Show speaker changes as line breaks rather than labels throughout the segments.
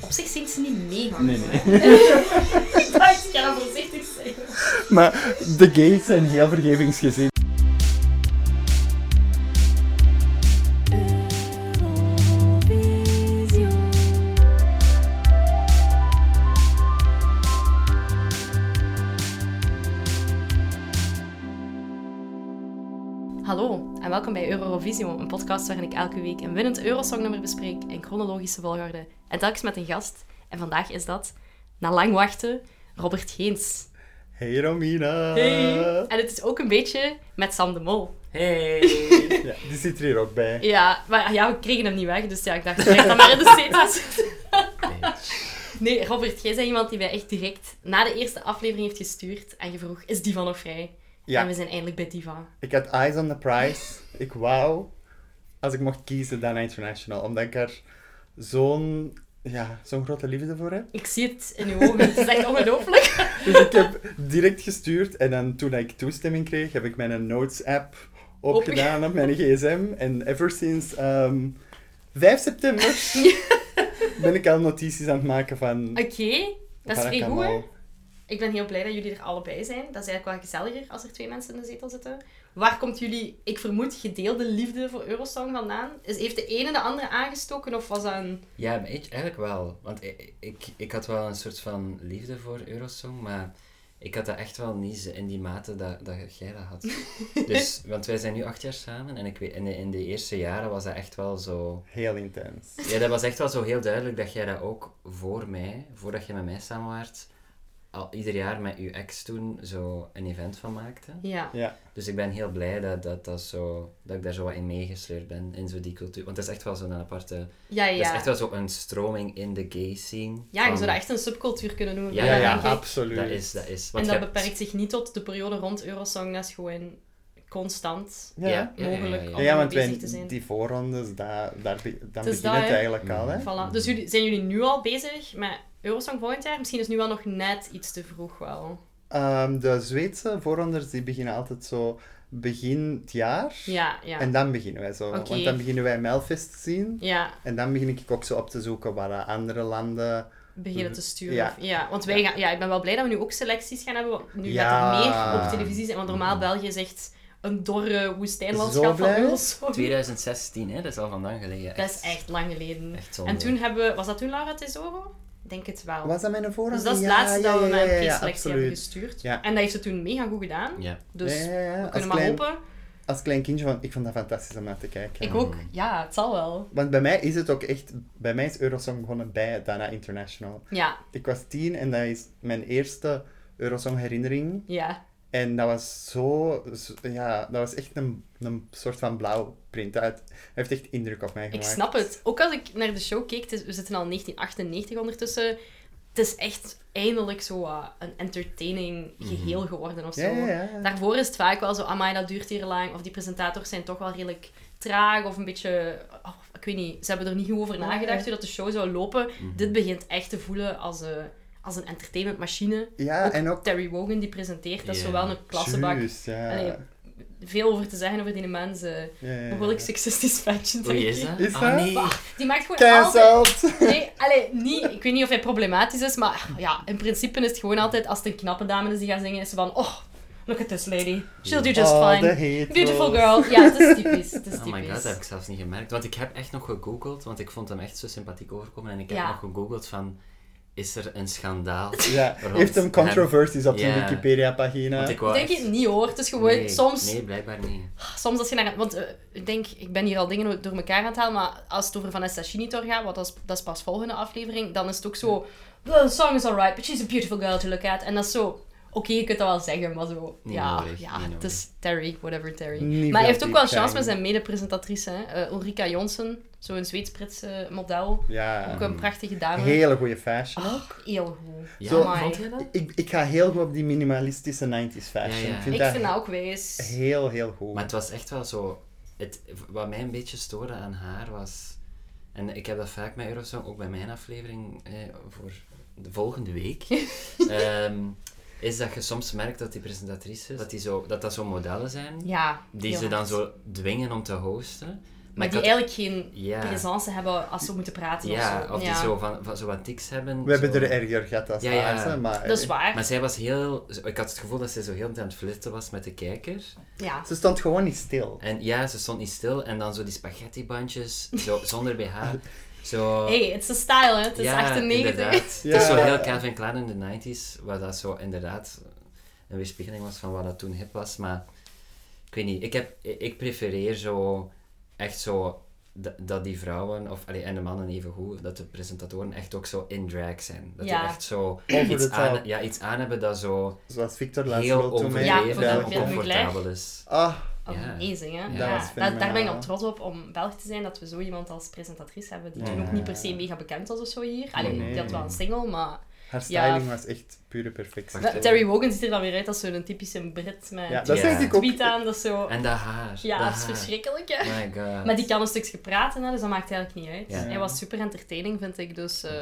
Op zich zingt ze niet mee,
Nee, nee.
Ik dacht, ik ga dat voorzichtig zeggen.
Maar de gays zijn heel vergevingsgezind.
Hallo en welkom bij Eurovisio, een podcast waarin ik elke week een winnend Eurosongnummer bespreek in chronologische volgorde. En telkens met een gast. En vandaag is dat, na lang wachten, Robert Geens.
Hey Romina.
En het is ook een beetje met Sam de Mol.
Hey!
Ja, die zit er hier ook bij.
Ja, maar ja, we kregen hem niet weg, dus ja, ik dacht, ik dan maar in de CETA zitten. Nee, Robert, jij bent iemand die mij echt direct na de eerste aflevering heeft gestuurd en gevroeg, is Diva nog vrij? En we
Ja,
zijn eindelijk bij Diva.
ik had eyes on the prize. Ik wou, als ik mocht kiezen, Dana International. Omdat ik er zo'n ja, zo'n grote liefde voor heb.
Ik zie het in uw ogen, het is echt ongelooflijk.
Dus ik heb direct gestuurd en dan toen ik toestemming kreeg, heb ik mijn Notes-app opgedaan op mijn gsm. En ever since ehm, 5 september ben ik al notities aan het maken van...
Oké, dat is
wat ik
vrij goed,
allemaal-
hè? Ik ben heel blij dat jullie er allebei zijn. Dat is eigenlijk wel gezelliger als er twee mensen in de zetel zitten. Waar komt jullie, ik vermoed, gedeelde liefde voor Eurosong vandaan? Is, heeft de ene de andere aangestoken of was dat een...
Ja, maar ik eigenlijk wel. Want ik, ik, ik had wel een soort van liefde voor Eurosong, maar ik had dat echt wel niet zo- in die mate dat, dat jij dat had. Dus, want wij zijn nu acht jaar samen en ik weet, in, de, in de eerste jaren was dat echt wel zo...
Heel intens.
Ja, dat was echt wel zo heel duidelijk dat jij dat ook voor mij, voordat je met mij samen waart, al ieder jaar met je ex toen zo een event van maakte.
Ja.
Ja.
Dus ik ben heel blij dat, dat, dat, zo, dat ik daar zo wat in meegesleurd ben, in zo die cultuur. Want dat is echt wel zo'n aparte...
Ja, ja.
Dat is Dus echt wel zo'n stroming in de gay scene.
Ja, je
van-
zou dat echt een subcultuur kunnen noemen.
Ja,
Ja,
ja,
ja,
denk ik.
absoluut.
Dat is, dat is.
En
Want
dat
je hebt-
beperkt zich niet tot de periode rond Eurosong. Dat is gewoon constant
Ja.
Ja.
Ja.
mogelijk
ja, ja.
om
ja, want
bezig
wij,
te zijn.
die voorrondes, daar, daar, be- dan
Het is
begint
dat,
het
hè.
eigenlijk al.
Mhm.
Hè?
Voilà. Dus jullie, zijn jullie nu al bezig met Eurosong volgend jaar? Misschien is nu wel nog net iets te vroeg wel.
Ehm, de Zweedse voorronders die beginnen altijd zo begin het jaar.
Ja, ja.
En dan beginnen wij zo.
Oké.
Want dan beginnen wij Melfest te zien.
Ja,
En dan begin ik ook zo op te zoeken waar eh, andere landen...
beginnen te sturen.
Mhm. Ja.
Ja, ja want wij gaan... Ja, ik ben wel blij dat we nu ook selecties gaan hebben. want Nu
Ja.
gaat er meer op televisie zijn. Want
Mhm.
normaal België is echt een dorre
Zo
woestijnlandschap van
blij.
Eurosong.
2016, hè? dat is al van lang geleden.
Dat is echt lang geleden.
echt zonde.
En toen hebben we... Was dat toen Laura Tesoro? Ik denk het wel.
Was dat mijn voorrond?
Dus dat is het
Ja,
laatste
ja,
dat we
ja,
naar
ja,
een
ja,
preselectie hebben
absoluut.
gestuurd.
Ja.
En dat heeft ze toen mega goed gedaan.
Ja.
Dus
Ja, ja, ja.
we
Als
kunnen maar
klein-
hopen.
Als klein kindje, want ik vond dat fantastisch om naar te kijken.
Ik ook. Ja, het zal wel.
Want bij mij is het ook echt... Bij mij is Eurosong begonnen bij Dana International.
Ja,
Ik was tien en dat is mijn eerste Eurosong herinnering.
ja.
En dat was zo... zo- ja, dat was echt een, een soort van blauw print. Dat het- heeft echt indruk op mij
Ik
gemaakt.
snap het. Ook als ik naar de show keek, het is- we zitten al in 1998 ondertussen. Het is echt eindelijk zo wat een entertaining geheel geworden of zo.
Mhm. Ja, ja, ja.
Daarvoor is het vaak wel zo, amai, dat duurt hier lang. Of die presentators zijn toch wel redelijk traag of een beetje... oh, ik weet niet, ze hebben er niet goed over nagedacht hoe dat de show zou lopen.
Mhm.
Dit begint echt te voelen als, een als een entertainmentmachine.
Ja, en ook...
Terry Wogan die presenteert, dat is
Ja.
zowel een klassenbak.
Juist, ja.
Allee, Veel over te zeggen over die mensen.
Ja, ja, ja.
Behoorlijk sexistisch ventje, denk
Oei, is
ik.
dat?
Is
Ah,
dat?
nee.
Die maakt gewoon altijd...
Cancelled! Oh,
Nee, allee, niet, ik weet niet of hij problematisch is, maar ja, in principe is het gewoon altijd als het een knappe dame is die gaat zingen, is ze van, oh, look at this lady. She'll do just
All the
fine.
haters.
Beautiful girl. Ja, het is typisch. Het is
Oh my god,
typisch.
dat heb ik zelfs niet gemerkt. Want ik heb echt nog gegoogeld, want ik vond hem echt zo sympathiek overkomen. En ik heb
Ja.
nog gegoogeld van, is er een schandaal?
Ja,
Rond
heeft hem
hem.
controversies op zijn
Ja.
Wikipedia-pagina.
Want ik wou
Ik denk
echt-
het niet hoor, het is gewoon
Nee,
soms,
Nee, blijkbaar niet.
soms als je naar... Want eh, ik denk, ik ben hier al dingen door elkaar aan het halen, maar als het over Vanessa Chinitor gaat, want dat is, dat is pas volgende aflevering, dan is het ook zo, the song is alright, but she's a beautiful girl to look at. En dat is zo, oké, je kunt dat wel zeggen, maar zo,
Niet
ja,
nodig,
ja,
niet
het is Terry, whatever Terry.
Niet
Maar hij
veel
heeft ook wel
diepgang.
chance met zijn mede-presentatrice, hè. Eh, Ulrika Jonsson, zo'n Zweeds-Britse model.
Ja,
Ook een prachtige dame.
hele goede fashion.
Oh, heel goed.
Ehm. Ja,
Zo-
Amai.
vond jij dat?
Ik, ik ga heel goed op die minimalistische 90s fashion.
Ja, ja.
Ik vind
Ik
dat
vind dat ook wijs.
heel, heel goed.
Maar het was echt wel zo... Het, wat mij een beetje stoorde aan haar was... En ik heb dat vaak met Eurosong, ook bij mijn aflevering eh, voor de volgende week. ehm, is dat je soms merkt dat die presentatrices, dat, die zo, dat dat zo modellen zijn,
Ja.
die
heel
ze dan
hard.
zo dwingen om te hosten.
Maar,
ik
die
had-
eigenlijk geen
Ja.
presence hebben als ze moeten praten
Ja,
of zo.
of die
Ja.
zo, van, van, zo wat tics hebben.
We hebben
zo.
er erger gehad als
Ja, ja.
Aarzen, maar... eh,
Dat is waar.
Maar zij was heel... Ik had het gevoel dat zij zo heel de tijd aan het flirten was met de kijker.
Ja.
Ze stond gewoon niet stil.
En ja, ze stond niet stil. En dan zo die spaghettibandjes, zo, zonder BH. Zo...
Hey, it's a style, hè. Het is
ja,
98.
inderdaad.
Ja.
Het is zo heel Calvin Klein in de 90s, waar dat zo inderdaad een weerspiegeling was van wat dat toen hip was. Maar ik weet niet, ik, heb, ik ik prefereer zo echt zo d- dat die vrouwen, of, allee, en de mannen evengoed, dat de presentatoren echt ook zo in drag zijn. Dat
Ja.
die echt zo
Over de
iets aan,
taal.
ja, iets aan hebben dat zo
Zoals Victor laatst
heel
wel toen
overdreven
Ja,
mee.
ik vond dat Oh,
en
ook heel
oncomfortabel is.
Ah,
Ja.
Amazing, hè?
Ja,
Ja,
dat
daar,
was
daar ben ik
fenomenaal.
op trots op, om Belg te zijn, dat we zo iemand als presentatrice hebben. Die
Ja.
toen ook niet per se mega bekend was of zo hier. Allee,
Nee.
die had wel een single, maar...
haar
Ja.
styling was echt pure perfectie.
Wacht, eh,
Nou, Terry Wogan ziet er dan weer uit als zo'n typische Brit met
Ja,
die
dat
Ja.
zeg ik ook.
tweet aan, dat is zo...
En dat haar.
Ja,
dat
dat is
haar.
verschrikkelijk, hè?
My god.
Maar die kan een stukje praten, hè, dus dat maakt eigenlijk niet uit.
Ja.
Hij was super entertaining, vind ik. Dus eh,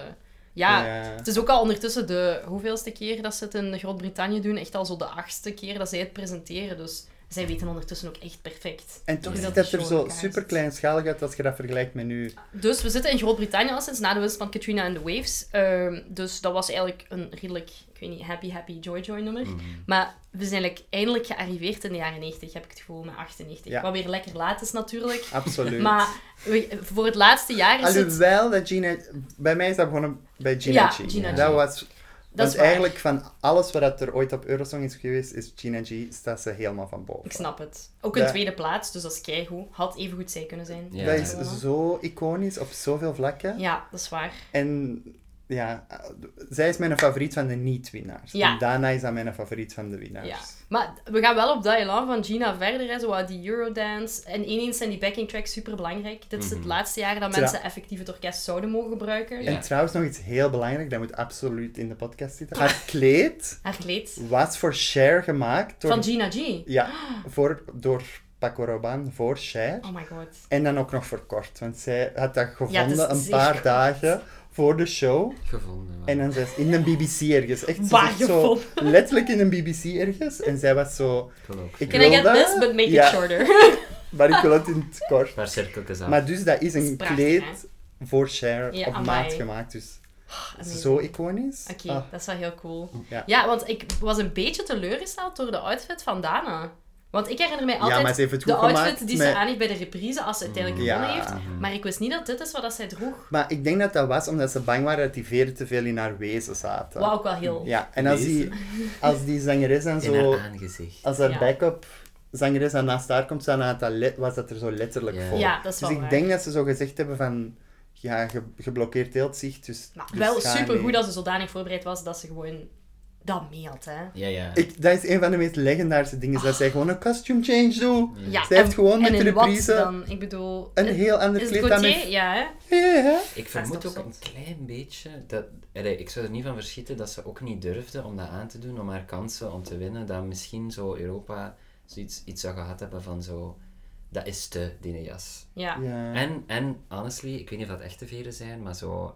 ja,
Ja.
het is ook al ondertussen de hoeveelste keer dat ze het in Groot-Brittannië doen. Echt al zo de achtste keer dat zij het presenteren. Dus zij weten ondertussen ook echt perfect.
En toch
Ja.
ziet dat er zo
Persoonlijkheid.
super kleinschalig uit als je dat vergelijkt met nu.
Dus we zitten in Groot-Brittannië al sinds na de winst van Katrina and the Waves. Ehm, dus dat was eigenlijk een redelijk, ik weet niet, happy, happy, joy, joy nummer.
Mm.
Maar we zijn like, eindelijk gearriveerd in de jaren 90, heb ik het gevoel, met 98.
Ja.
Wat weer lekker laat is natuurlijk.
Absoluut.
Maar we- voor het laatste jaar is het...
Alhoewel dat Gina... Bij mij is dat begonnen bij Gina
Ja,
G.
Gina
G.
Dat was...
Dat
want
is waar.
eigenlijk van alles wat dat er ooit op Eurosong is geweest, is Gina G, staat ze helemaal van boven.
Ik snap het. Ook een
Ja.
tweede plaats, dus dat is keigoed. Had evengoed zij kunnen zijn.
Ja.
Dat is zo iconisch op zoveel vlakken.
Ja, dat is waar.
En ja, zij is mijn favoriet van de niet-winnaars.
Ja.
En daarna is dat mijn favoriet van de winnaars.
Ja. Maar we gaan wel op dat elan van Gina verder, hè, zo wat die Eurodance. En ineens zijn die backing tracks super belangrijk. Dit is het laatste jaar dat
Ja.
mensen effectief het orkest zouden mogen gebruiken.
Mhm. Ja.
En trouwens nog iets heel belangrijk, dat moet absoluut in de podcast zitten. Haar kleed
Haar kleed.
was voor Cher gemaakt. Door,
Van Gina G.
Ja, voor, door Paco Rabanne voor Cher.
Oh my god.
En dan ook nog voor kort, want zij had dat gevonden
dat is
een
zeer
paar
kort.
dagen voor de show.
Gevonden. wauw.
En dan zei ze in een BBC ergens. Echt, ze
Waar
zat zo,
gevonden?
letterlijk in een BBC ergens. En zij was zo...
Ik wil ook
Ik
Can
wil
I get
dat.
this, but make
Ja.
it shorter?
Maar ik wil het in het kort.
een paar cirkeltjes af.
Maar dus dat is een
is prachtig,
kleed voor Cher
Ja,
op
amai. Ah,
maat gemaakt. Dus
Amazing.
zo iconisch.
Oké,
Ah,
dat is wel heel cool.
Ja.
want ik was een beetje teleurgesteld door de outfit van Dana. Want ik herinner mij
Ja,
altijd
maar ze heeft het
de
goed gemaakt
outfit die ze
met- Mm,
aan heeft bij de reprise als ze uiteindelijk
Ja.
gewonnen heeft. Maar ik wist niet dat dit is wat dat zij droeg.
Maar ik denk dat dat was omdat ze bang waren dat die veren te veel in haar wezen zaten.
Wat ook wel heel...
Ja, en als die, als die zangeres dan
in
zo...
haar aangezicht.
Als haar
Ja.
backup zangeres dan naast haar komt staan, had dat le- was dat er zo letterlijk
Ja.
voor.
Ja, dat is
dus
wel
ik
waar.
denk dat ze zo gezegd hebben van... Ja, ge- geblokkeerd heel het zicht, dus...
Maar
dus
Nou, wel
ga
supergoed
mee.
dat ze zodanig voorbereid was dat ze gewoon dat mailt, hè.
Mm.
Ja, ja.
Ik, dat is een van de meest legendaarse dingen, is dat zij gewoon een costume change doet.
Oh. Ja,
Zij heeft gewoon met
en
de
in wat
reprise
dan? Ik bedoel...
een
het-
heel ander
Is het
kleed dan
Gautier?
met...
Ja, hè?
Ja, hè?
Ik
Dat
vermoed
is
ook
toch
een klein beetje dat. allee, Ik zou er niet van verschieten dat ze ook niet durfde om dat aan te doen, om haar kansen om te winnen. Dat misschien zo Europa zoiets iets zou gehad hebben van zo. Dat is te, die jas.
Ja.
Ja.
En, en, honestly, ik weet niet of dat echte veren zijn, maar zo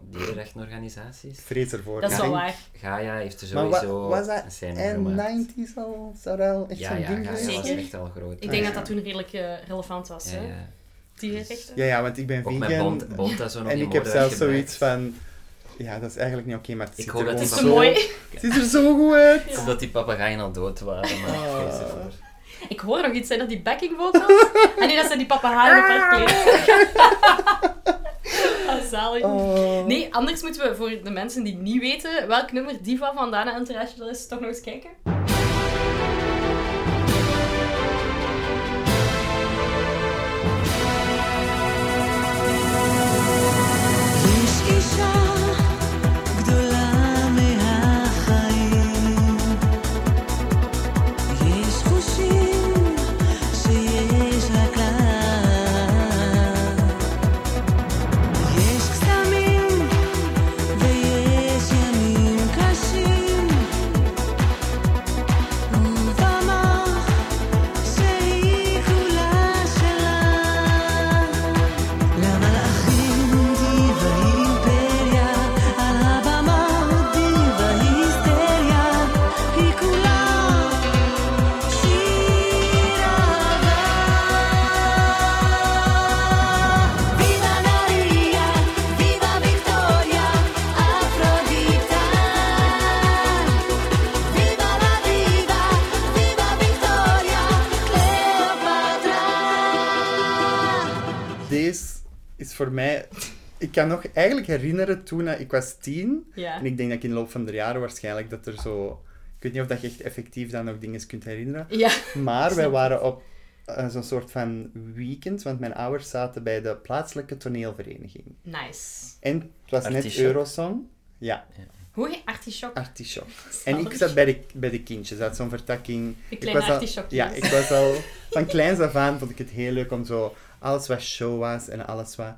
dierenrechtenorganisaties.
vrees ervoor.
Dat is
ik
wel
denk.
waar.
Gaia heeft er
Maar wa-
sowieso
was
een
dat
scène
in
gemaakt.
90s al? Zou dat al echt
Ja,
zo'n
ja,
ding
Gaia
geweest
was
Zeker.
zijn?
echt al groot.
Ik denk
Ah,
dat
ja.
dat toen redelijk eh, relevant was,
Ja,
hè.
ja.
Dierenrechten.
Ja, ja, want ik ben
Ook met
vegan.
Bond, Bond dat zo nog
en
niet
ik heb
mooi
zelfs
uitgebracht.
zoiets van... Ja, dat is eigenlijk niet oké, maar het
Ik
ziet
hoor
er
dat
gewoon
Het is te
is zo-
mooi.
Het ziet er zo goed uit.
Omdat die papegaaien al dood waren, maar
Ah.
geef ze voor.
Ik hoor nog iets, zijn dat die backing vocals? en nee, dat zijn die papahaaien op haar kleed. Ah, zalig.
Oh.
Nee, anders moeten we voor de mensen die niet weten welk nummer Diva van Dana International is, toch nog eens kijken.
יש אישה גדולה מהחיים יש חושים שיש רק לה יש קסמים ויש ימים קשים ובמה שהיא כולה שלה למלאכים טבעי אימפריה
voor mij... Ik kan nog eigenlijk herinneren toen eh, ik was tien.
Ja.
En ik denk dat ik in de loop van de jaren waarschijnlijk dat er zo... Ik weet niet of dat je echt effectief dan nog dingen kunt herinneren.
Ja.
Maar
Snap
wij
het.
waren op eh, zo'n soort van weekend, want mijn ouders zaten bij de plaatselijke toneelvereniging.
Nice.
En het was net
Artichok.
Eurosong. Ja,
Hoe heet
Ah.
artichok?
artichok. En
Sorry.
ik zat bij de, bij de kindjes, dat zo'n vertakking.
De
ik
kleine
was al,
artichokjes.
Ja, ik was al van kleins af aan vond ik het heel leuk om zo alles wat show was en alles wat.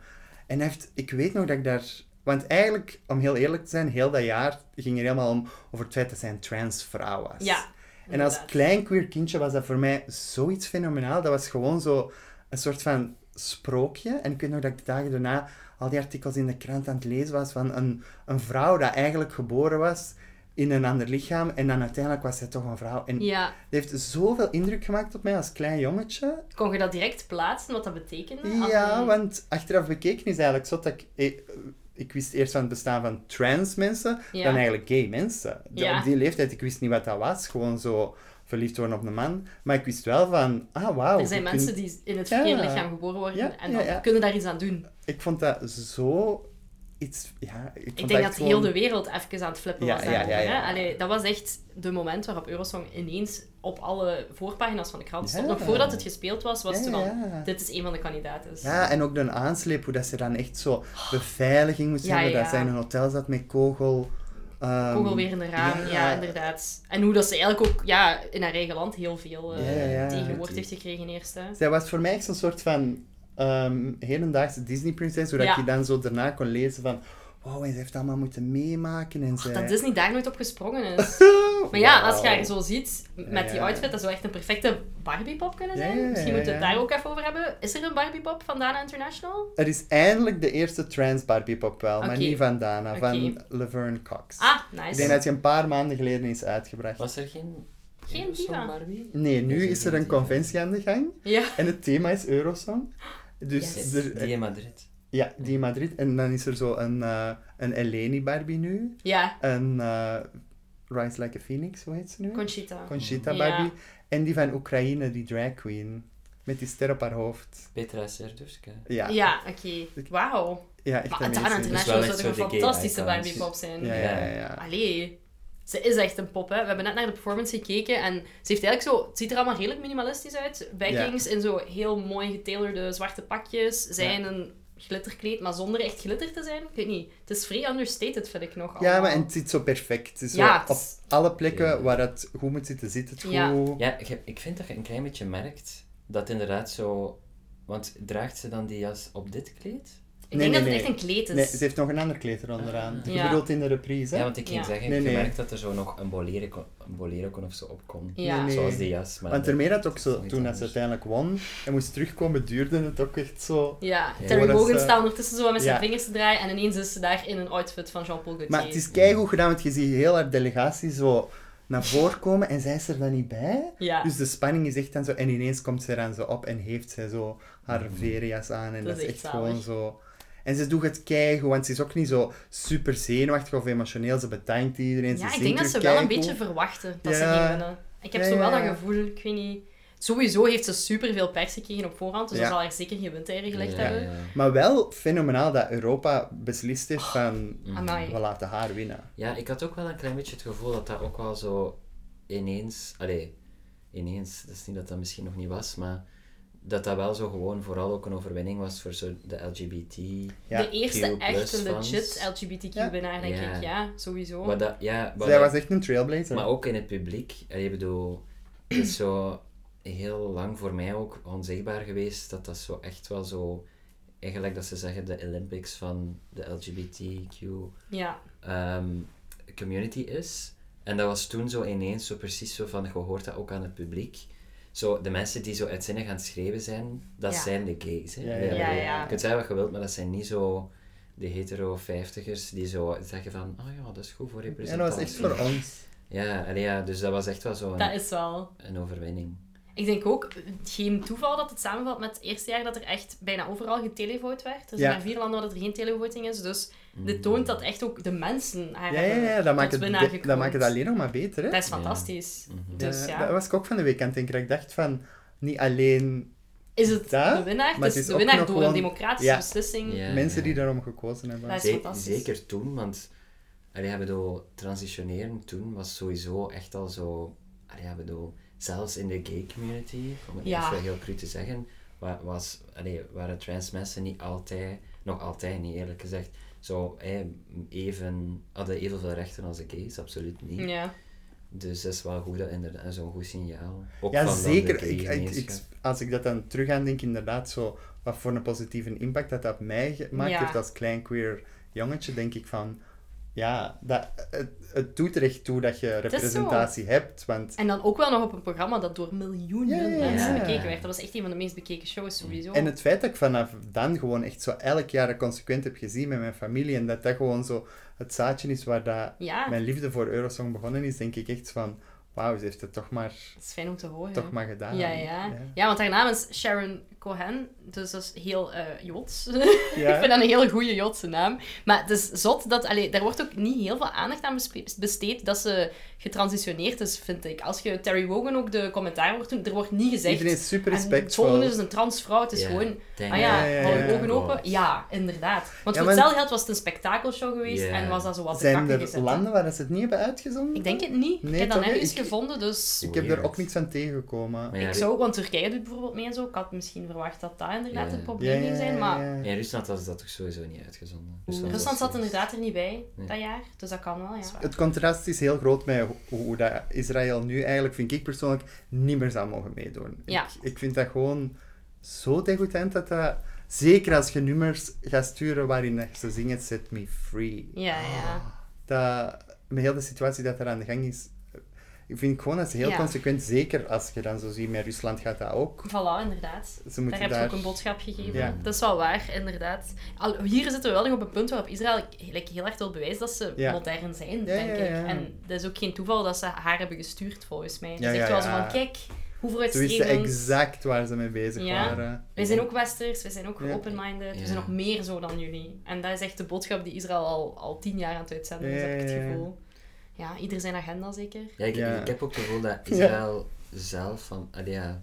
En hij heeft, ik weet nog dat ik daar. Want eigenlijk, om heel eerlijk te zijn, heel dat jaar ging er helemaal om over het feit dat zij een transvrouw was.
Ja,
En als
inderdaad.
klein queer kindje was dat voor mij zoiets fenomenaal. Dat was gewoon zo een soort van sprookje. En ik weet nog dat ik de dagen daarna al die artikels in de krant aan het lezen was van een, een vrouw dat eigenlijk geboren was in een ander lichaam. En dan uiteindelijk was zij toch een vrouw. En
Ja.
dat heeft zoveel indruk gemaakt op mij als klein jongetje.
Kon je dat direct plaatsen, wat dat betekende? Als
Ja,
een-
want achteraf bekeken is eigenlijk zo dat ik... Ik, ik wist eerst van het bestaan van trans mensen,
Ja.
dan eigenlijk gay mensen. De-
Ja.
Op die leeftijd, ik wist niet wat dat was. Gewoon zo verliefd worden op een man. Maar ik wist wel van, ah wauw.
Er zijn
je
mensen
kunt-
die in het
Ja.
verkeerde lichaam geboren worden
Ja,
en
ja,
dan
ja.
kunnen daar iets aan doen.
Ik vond dat zo... Iets, ja, ik, vond
Ik denk
echt
dat heel
gewoon-
de wereld even aan het flippen
Ja,
was
ja,
daarover.
ja, ja.
Hè? Allee, dat was echt de moment waarop Eurosong ineens op alle voorpagina's van de krant stond.
Ja.
Nog voordat het gespeeld was, was
Ja,
het
ja,
dan,
ja.
dit is een van de kandidaten.
Ja, en ook de aansleep, hoe dat ze dan echt zo beveiliging moest
Oh. Ja,
hebben.
ja.
Dat zij in een hotel zat met kogel... ehm,
Kogel weer in de raam, ja, inderdaad. En hoe dat ze eigenlijk ook ja, in haar eigen land heel veel eh,
Ja, ja, ja.
tegenwoord heeft gekregen eerst. Hè.
Zij was voor mij echt zo'n soort van ehm hedendaagse Disney-prinses, zodat
Ja.
je dan zo daarna kon lezen van... Wow, en ze heeft allemaal moeten meemaken en zij...
Dat Disney daar nooit op gesprongen is. Maar ja, als je haar zo ziet met die
Ja.
outfit, dat zou echt een perfecte Barbie-pop kunnen zijn.
Ja, ja,
Misschien moeten we het
ja.
daar ook even over hebben. Is er een Barbie-pop van Dana International?
Er is eindelijk de eerste trans Barbie-pop wel, maar
Oké.
niet van Dana, van
Oké.
Laverne Cox.
Ah,
Ik
nice.
denk dat die een paar maanden geleden is uitgebracht.
Was er geen...
Geen
Eurosong
diva.
Barbie?
Nee,
Dat
nu is er
geen
een
diva.
conventie aan de gang
Ja.
en het thema is Eurosong. Dus
Yes.
er-
Die in Madrid.
ja, die in Madrid. En dan is er zo een, eh, een Eleni Barbie nu,
Ja,
een eh, Rise Like a Phoenix, hoe heet ze nu?
Conchita.
Conchita
Ja.
Barbie. En die van Oekraïne, die drag queen. Met die ster op haar hoofd.
Petra Serduska.
Ja,
ja,
ja.
oké. Wauw.
echt
Maar Dana
amazing.
International
echt
zou toch een
zo de gay
fantastische
icons.
Barbie-pop zijn.
Ja, ja, ja. ja.
Allee. Ze is echt een pop, hè. We hebben net naar de performance gekeken en ze heeft eigenlijk zo... Het ziet er allemaal redelijk minimalistisch uit. Vikings in zo heel mooi getailorde zwarte pakjes. Zij in een glitterkleed, maar zonder echt glitter te zijn. Ik weet niet. Het is vrij understated, vind ik nog
Ja,
allemaal.
maar en het zit zo perfect. Het is zo
Ja, het
op
is-
alle plekken
Ja.
waar het goed moet zitten, zit het goed.
Ja.
Ja, je- ik vind dat je een klein beetje merkt dat inderdaad zo... Want draagt ze dan die jas op dit kleed?
Ik denk
Nee, nee,
dat
nee.
het echt een kleed is.
Nee, ze heeft nog een ander kleed eronder aan. Je
Ja.
bedoelt in de reprise, hè?
Ja, want ik ging
Ja.
zeggen,
Nee,
ik
nee.
merk dat er zo nog een bolero kon, een bolero kon of zo opkomt.
Ja.
Nee, nee.
Zoals die jas. Maar
Want
dat-
ermee dat ook
dat is
zo,
nog
toen dat
iets
ze
anders.
uiteindelijk won en moest terugkomen, duurde het ook echt zo.
Ja,
Ja.
Terry
Maar dat is,
Wogan
eh,
staat ondertussen zo met zijn
ja.
vingers te draaien en ineens is ze daar in een outfit van Jean-Paul Gaultier.
Maar het is keigoed gedaan, want je ziet heel haar delegatie zo naar voren komen en zij is er dan niet bij.
Ja.
Dus de spanning is echt dan zo. En ineens komt zij dan zo op en heeft zij zo haar
Mm.
verjas aan. En dat, is echt
zalig.
gewoon zo. En ze doet het keigoed, want ze is ook niet zo super zenuwachtig of emotioneel. Ze bedankt iedereen.
Ja,
ze
ik denk dat ze
zingt
wel een
keigoed.
beetje verwachten dat ze
Ja.
ging winnen. Ik heb
Ja,
zo wel
ja,
dat
ja.
gevoel, ik weet niet. Sowieso heeft ze superveel pers gekregen op voorhand, dus
Ja.
dat zal haar zeker geen windeieren gelegd
Ja,
hebben.
ja, ja.
Maar wel fenomenaal dat Europa beslist heeft van...
Oh. Mm.
Amai.
We laten haar winnen.
Ja, ik had ook wel een klein beetje het gevoel dat dat ook wel zo ineens, allee, ineens, dat is niet dat dat misschien nog niet was, maar dat dat wel zo gewoon vooral ook een overwinning was voor zo de LGBT.
Ja.
De eerste
Q+
echte
fans.
legit LGBTQ-winnaar, denk
Ja.
ik. Ja, sowieso.
Wat dat, ja, wat
Zij
dat-
was echt eh, een trailblazer.
maar ook in het publiek. Allee, ik bedoel, het is zo heel lang voor mij ook onzichtbaar geweest dat dat zo echt wel zo, eigenlijk dat ze zeggen de Olympics van de LGBTQ
Ja.
ehm, community is. En dat was toen zo ineens zo precies zo van, je hoort dat ook aan het publiek. Zo, de mensen die zo uitzinnig aan het schreven zijn, dat
Ja.
zijn de gays. Hè?
Ja, ja,
Allee, ik
ja.
bedoel,
Ja, ja.
Je kunt zeggen wat je wilt, maar dat zijn niet zo de hetero-vijftigers die zo zeggen van, oh ja, dat is goed voor
en dat was
representatie.
echt voor ons.
Ja, allee, ja, dus dat was echt wel zo
Dat
een,
is wel.
een overwinning.
Ik denk ook, geen toeval dat het samenvalt met het eerste jaar dat er echt bijna overal getelevoot werd. Er zijn
Ja.
maar vier landen waar dat er geen televoting is, dus
Mhm.
dit toont dat echt ook de mensen haar
Ja, ja,
hebben
ja. Dat maakt
tot
het,
winnaar
dat- dat
gekroond.
maakt het alleen nog maar beter, hè?
Dat
Mhm.
is fantastisch. Dus
Ja,
ja.
Dat was ik ook van de weekend, denk ik. Dat ik dacht van, niet alleen
Is het
Dat?
de winnaar?
Maar
Het
het
is
is
de
ook
winnaar
nog
door een
gewoon-
democratische
Ja.
beslissing.
Ja,
Mensen die
ja.
daarom gekozen hebben.
Dat is
Ze-
fantastisch.
Zeker toen, want allee, ja, bedoel, transitioneren toen was sowieso echt al zo. Allee, ja, bedoel, zelfs in de gay community, om het
Ja.
even heel cru te zeggen, wa- was, allee, waren trans mensen niet altijd, nog altijd niet eerlijk gezegd, zo eh, even, hadden evenveel rechten als de gays, absoluut niet.
Ja.
Dus dat is wel goed, dat inderdaad, zo'n goed signaal. Ook
Ja,
van dan de
zeker.
gay
Ik, ik, ik-
gemeenschap.
als ik dat dan terug aan denk, inderdaad, zo, wat voor een positieve impact dat dat op mij gemaakt
Ja.
heeft als klein queer jongetje, denk ik van, ja, dat, het, het doet er echt toe dat je
is zo.
representatie hebt, want
En dan ook wel nog op een programma dat door miljoenen
Ja, ja, ja.
mensen bekeken werd. Dat was echt een van de meest bekeken shows sowieso.
En het feit dat ik vanaf dan gewoon echt zo elk jaar dat consequent heb gezien met mijn familie en dat dat gewoon zo het zaadje is waar dat
Ja.
mijn liefde voor Eurosong begonnen is, denk ik echt van, wauw, ze heeft het toch maar,
Dat is fijn om te horen.
toch maar gedaan.
Ja, ja. ja, want haar naam is Sharon Cohen, dus dat is heel eh Jods. ik vind dat een heel goede Jodse naam. Maar het is zot dat, allee, daar wordt ook niet heel veel aandacht aan bespe- besteed dat ze getransitioneerd is, vind ik. Als je Terry Wogan ook de commentaar hoort doen, er wordt niet gezegd.
Iedereen is
en
super
het volgende is
respectvol.
een transvrouw, het is
Ja,
gewoon.
thank
Ah ja,
Ja, ja,
hou
ja.
je ogen open? Ja, inderdaad. Want voor
maar-
hetzelfde geld was het een spektakelshow geweest
Ja.
en was dat zo wat de
Zijn
kakken
er
gezet.
landen waar dat ze het niet hebben uitgezonden?
Ik denk het niet.
Nee,
ik heb dat
toch, hè?
nergens
Ik-
gevonden, dus...
Ik heb er
Weird.
ook niets van tegengekomen.
Maar ja,
Ik zou, want Turkije doet bijvoorbeeld mee en zo. Ik had misschien verwacht dat dat inderdaad
Ja.
een probleem ging zijn, maar
ja.
in Rusland was dat toch sowieso niet uitgezonden.
Rusland
was-
zat inderdaad er niet bij
Nee.
dat jaar, dus dat kan wel, ja.
Het contrast is heel groot met ho- hoe dat Israël nu eigenlijk, vind ik persoonlijk, niet meer zou mogen meedoen.
Ja.
Ik, ik vind dat gewoon zo degoutant dat dat... Zeker als je nummers gaat sturen waarin dat ze zingen Set Me Free.
Ja, ja.
Dat, met heel de situatie dat er aan de gang is, ik vind gewoon dat ze heel
Ja.
consequent, zeker als je dan zo ziet met Rusland gaat dat ook.
Voilà, inderdaad.
Ze moeten
daar heb je
daar-
ook een boodschap gegeven.
Ja.
Dat is wel waar, inderdaad. Al, hier zitten we wel nog op een punt waarop Israël like, heel erg wil bewijzen dat ze
Ja.
modern zijn,
Ja,
denk
ja, ja.
ik. En dat is ook geen toeval dat ze haar hebben gestuurd, volgens mij. Ze
Ja,
zegt
ja,
wel
ja.
zo van, kijk, hoe
Ze wisten
vooruitstrevend.
exact waar ze mee bezig
Ja.
waren.
Wij zijn ook westers, wij zijn ook
Ja.
open-minded, we
Ja.
zijn nog meer zo dan jullie. En dat is echt de boodschap die Israël al, al tien jaar aan het uitzenden is,
Ja,
heb ik het
ja, ja.
gevoel. Ja, ieder zijn agenda zeker.
Ja, ik,
Ja.
ik heb ook het gevoel dat Israël zelf van, allee, ja,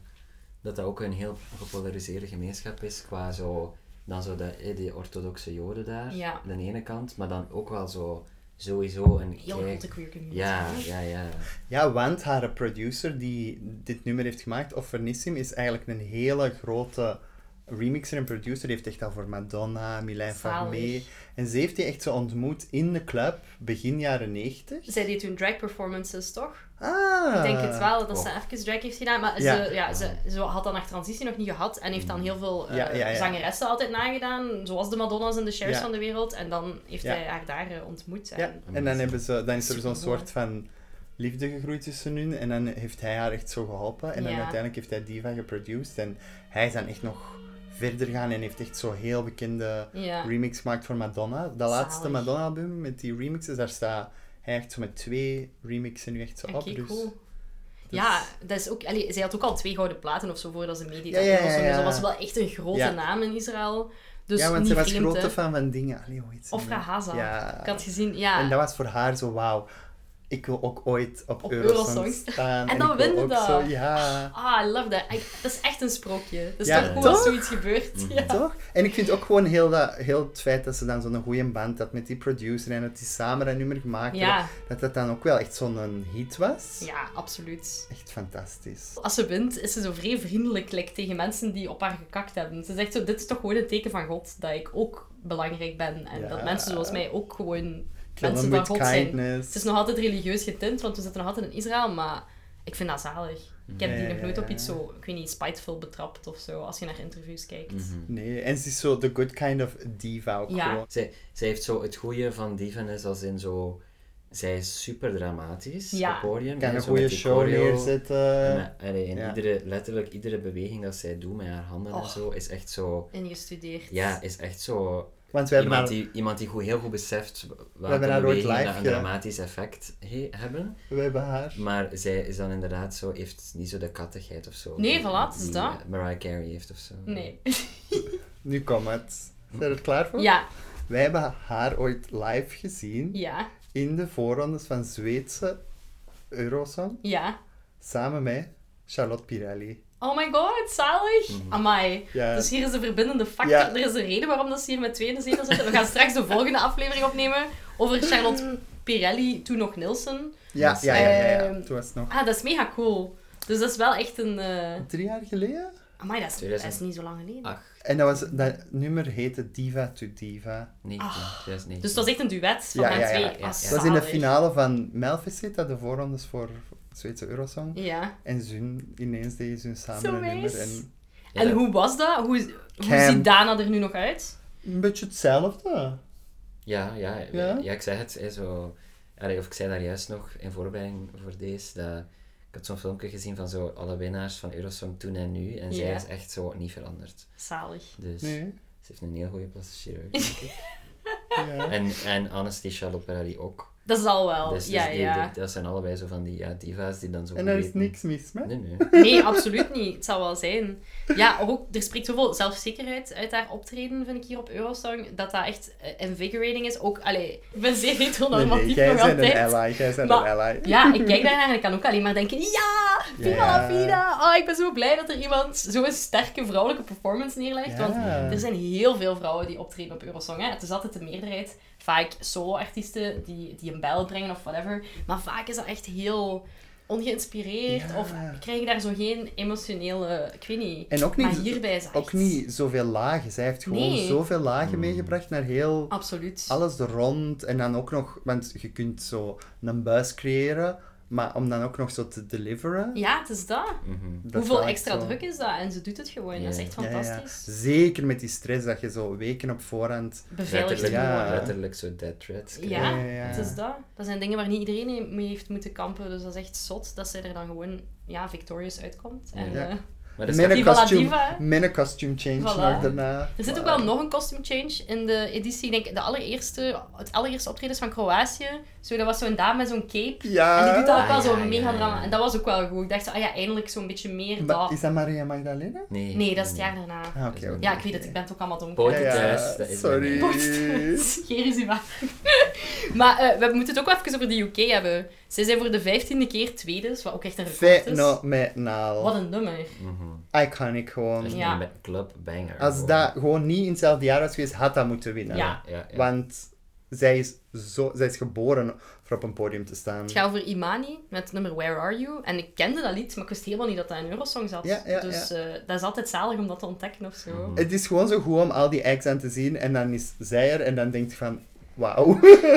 dat dat ook een heel gepolariseerde gemeenschap is qua zo, dan zo de, eh, die orthodoxe joden daar,
Ja.
aan de ene kant, maar dan ook wel zo, sowieso een
Heel
kei-
grote queer community.
Ja, ja, ja.
Ja, want haar producer die dit nummer heeft gemaakt, Offernissim, is eigenlijk een hele grote remixer en producer. Die heeft echt al voor Madonna, Milijn
Zalig.
Farmé. En ze heeft die echt zo ontmoet in de club, begin jaren 90.
Zij deed toen drag performances, toch?
Ah!
Ik denk het wel, dat ze
Oh.
even drag heeft gedaan. Maar
Ja. Mm.
Ze, ja, ze, ze had dan haar transitie nog niet gehad. En heeft dan heel veel eh,
Ja, ja, ja.
zangeressen altijd nagedaan. Zoals de Madonna's en de Chers
Ja.
van de wereld. En dan heeft
Ja.
hij haar daar eh, ontmoet. En,
Ja, en dan, hebben ze, dan is er zo'n soort van liefde gegroeid tussen hun. En dan heeft hij haar echt zo geholpen. En dan
Ja.
uiteindelijk heeft hij Diva geproduced. En hij is dan echt nog verder gaan en heeft echt zo heel bekende
Ja.
remix gemaakt voor Madonna. Dat laatste
Zalig.
Madonna-album met die remixes, daar staat hij echt zo met twee remixen nu echt zo
Oké,
op. Dus
cool. Ja, dat is ook, allee, zij had ook al twee gouden platen of zo voordat ze meedeed. aan
Ja, ja,
Eurosong,
ja,
Dus
ja.
dat was wel echt een grote
Ja.
naam in Israël. Dus
ja, want
niet
ze was
vreemd, hè.
grote fan van dingen. Allee, hoe heet ze
Ofra
nu?
Haza.
Ja.
Ik had gezien, ja.
En dat was voor haar zo, wauw, ik wil ook ooit op,
Op
Eurosong,
Eurosong
staan.
En dan
ik wil
winnen
ook
dat.
Zo, ja.
Ah, I love that. Ik- dat is echt een sprookje. Dat is
Ja,
toch goed
toch? Mhm.
als zoiets gebeurt. Ja.
Toch? En ik vind ook gewoon heel, dat, heel het feit dat ze dan zo'n goede band had met die producer en dat die samen dat nummer gemaakt
Ja.
hebben, dat dat dan ook wel echt zo'n hit was.
ja, absoluut.
Echt fantastisch.
Als ze wint, is ze zo vrij vriendelijk like, tegen mensen die op haar gekakt hebben. Ze zegt zo, dit is toch gewoon een teken van God, dat ik ook belangrijk ben. En
Ja.
dat mensen zoals mij ook gewoon
Kill
mensen van
them with
God zijn.
kindness.
Het is nog altijd religieus getint, want we zitten nog altijd in Israël, maar ik vind dat zalig. Ik heb die
Ja,
nog nooit
ja,
op iets
ja.
zo, ik weet niet, spiteful betrapt of zo, als je naar interviews kijkt.
Nee, en ze is zo the good kind of diva ook
Ja.
gewoon.
Zij, zij heeft zo, het goede van Dieven is als in zo, zij is super dramatisch
Ja.
op podium.
Kan
hè,
een
zo met
goede
die
show
choreo.
neerzetten.
En, eh, allee, en
ja.
iedere, letterlijk iedere beweging dat zij doet met haar handen
Och.
en zo, is echt zo...
Ingestudeerd.
Ja, is echt zo...
Want we hebben
iemand,
haar,
die, iemand die goed, heel goed beseft welke
hebben haar ooit
bewegingen
live
dat een
ge-
dramatisch effect he- hebben.
we hebben haar.
Maar zij is dan inderdaad zo, heeft niet zo de kattigheid of zo.
Nee,
die-
voilà, het is
die,
dat.
eh, Mariah Carey heeft of zo.
Nee.
Nu komt het. Zijn we er klaar voor?
Ja,
Wij hebben haar ooit live gezien
ja,
in de voorrondes van Zweedse Eurosong
ja.
samen met Charlotte Pirelli.
Oh my god, zalig. Amai.
Mhm. Ja.
Dus hier is de verbindende factor.
Ja.
Er is een reden waarom dat ze hier met tweeën in de zetel zitten. We gaan straks de volgende aflevering opnemen over Charlotte Pirelli, toen nog Nielsen.
Ja, ja, ja, ja, ja.
Ehm,
Toen was het nog
Ah, dat is mega cool. Dus dat is wel echt een... eh
drie jaar geleden.
Amai, dat is, dat is
2000.
niet zo lang geleden.
Ach,
En dat, was, dat nummer heette Diva to Diva.
19, 2019.
Dus dat is echt een duet van
Ja,
hen
ja, ja,
twee.
ja, ja.
Ah,
Dat was in de
zalig.
finale van Melficent, dat de voorrondes voor Zweedse Eurosong.
Ja.
En Zun, ineens deden ze samen
Zo
een nummer.
nice.
En
Ja,
en
dat-
hoe was dat? Hoe, is- hoe
Cam.
ziet Dana er nu nog uit?
een beetje hetzelfde.
Ja, ja,
Ja?
ja? ik zei het. hè, zo, allee, of ik zei daar juist nog in voorbereiding voor deze. Dat, ik had zo'n filmpje gezien van zo alle winnaars van Eurosong toen en nu. En zij
Ja.
is echt zo niet veranderd.
Zalig.
Dus
Nee.
ze heeft een heel goede plastic chirurg. denk ik.
Ja.
en, en honestly, Charlotte Perry ook.
Dat zal wel.
Dus, dus
Oh, ja,
die-
ja.
die- dat zijn allebei zo van die ja, diva's die dan zo
En
goed
daar is
weten-
niks mis mee.
Nee, nee.
Nee, absoluut niet. Het zou wel zijn. Ja, ook, er spreekt zoveel zelfzekerheid uit haar optreden, vind ik hier op Eurosong, dat dat echt eh, invigorating is. Ook, allee, ik ben zeer
Nee, nee,
heteronormatief
jij
nog
bent een
altijd.
ally. Jij bent
Maar-
een ally.
Ja, ik kijk daarnaar en ik kan ook alleen maar denken, ja, viva la
Ja.
vida. Oh, ik ben zo blij dat er iemand zo'n sterke vrouwelijke performance neerlegt. Want
Ja.
er zijn heel veel vrouwen die optreden op Eurosong. Hè. Het is altijd de meerderheid. Vaak solo-artiesten die, die een bel brengen of whatever. Maar vaak is dat echt heel ongeïnspireerd.
Ja.
Of krijg je daar zo geen emotionele... Ik weet niet.
En ook
maar
niet,
hierbij is dat
ook
echt-
niet zoveel lagen. Zij heeft gewoon
Nee.
zoveel lagen meegebracht naar heel
Absoluut.
alles er rond. En dan ook nog, want je kunt zo een buis creëren, maar om dan ook nog zo te deliveren.
Ja, het is dat.
Mhm.
dat is
Hoeveel
wel echt
extra
zo-
druk is dat? En ze doet het gewoon. Dat is echt
Ja,
Ja, ja, ja.
fantastisch.
Zeker met die stress dat je zo weken op voorhand.
Beveiligd
Letterlijk,
worden.
Ja.
letterlijk zo dead threats.
Ja,
Ja, ja, ja.
het is dat. Dat zijn dingen waar niet iedereen mee heeft moeten kampen. Dus dat is echt zot dat zij er dan gewoon ja, victorious uitkomt. En,
Ja.
eh,
Maar dat is
Met een
die Balla
costume,
Diva.
met een costume change
Voilà.
nog daarna.
er zit ook wel nog een costume change in de editie. Ik denk de allereerste, het allereerste optredens van Kroatië. Zo, dat was zo'n dame met zo'n cape. En die
Ja,
doet dat ook
Ah,
wel
ja,
zo'n
ja,
mega
ja.
drama. En dat was ook wel goed. Ik dacht zo, ah ja, eindelijk zo'n beetje meer
Maar
dat.
is dat Maria Magdalena?
Nee,
Nee, dat is het jaar daarna.
Ah, oké. oké.
Ja, ik weet het. Ik ben het ook allemaal dom.
Poot
Ja,
het
ja,
thuis, dat is
sorry.
mijn-
Geen ruzie maken. maar eh, we moeten het ook wel even over de UK hebben. Zij zijn voor de vijftiende keer tweede, dus wat ook echt een record is.
nou.
Wat
Fenomenaal.
een nummer.
Mhm.
Iconic
Dat is
gewoon.
Ja.
een ba- club banger.
Als dat gewoon niet in hetzelfde jaar was geweest, had dat moeten winnen.
Ja.
ja, ja.
Want zij is, zo, zij is geboren voor op een podium te staan.
Het gaat over Imani met het nummer Where Are You. En ik kende dat lied, maar ik wist helemaal niet dat dat in Eurosong zat.
Ja, ja,
dus eh, dat is altijd zalig om dat te ontdekken of zo.
Het is gewoon zo goed om al die acts aan te zien en dan is zij er en dan denk je van, wauw.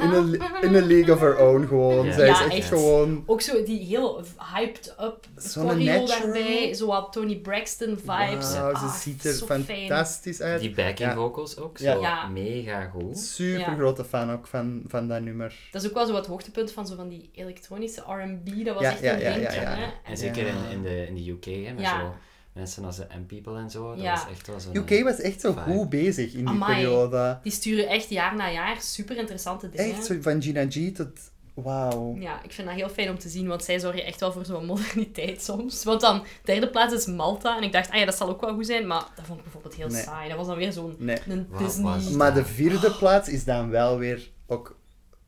in, een, le- in een league of her own gewoon.
Ja.
Zij is
Ja,
echt,
echt.
gewoon...
Ook zo die heel hyped up
Zo'n
choreo
natural.
daarbij. Zo wat Tony Braxton vibes.
Wauw, ze
Ah,
ziet er
zo fijn.
fantastisch uit.
Die backing
Ja.
vocals ook, zo
Ja.
Ja.
mega goed.
Super grote fan ook van, van dat nummer.
Dat is ook wel zo wat hoogtepunt van, zo van die elektronische R&B. Dat was
Ja,
echt
ja,
een
ja,
ding
ja,
toen,
ja.
hè.
En zeker in, in, de, in de UK, hè, met
eh, Ja.
zo mensen als de M-People en zo. Dat
Ja.
was echt wel zo'n...
UK was echt zo
Fijn.
goed bezig in die
Amai.
periode.
Die sturen echt jaar na jaar super interessante dingen.
Echt zo van Gina G tot... Wauw.
Ja, ik vind dat heel fijn om te zien, want zij zorgen echt wel voor zo'n moderniteit soms. Want dan, derde plaats is Malta. En ik dacht, ah ja, dat zal ook wel goed zijn, maar dat vond ik bijvoorbeeld heel
Nee.
saai. Dat was dan weer zo'n
Nee.
een
Wat
Disney...
was dat?
Maar de vierde plaats is dan wel weer ook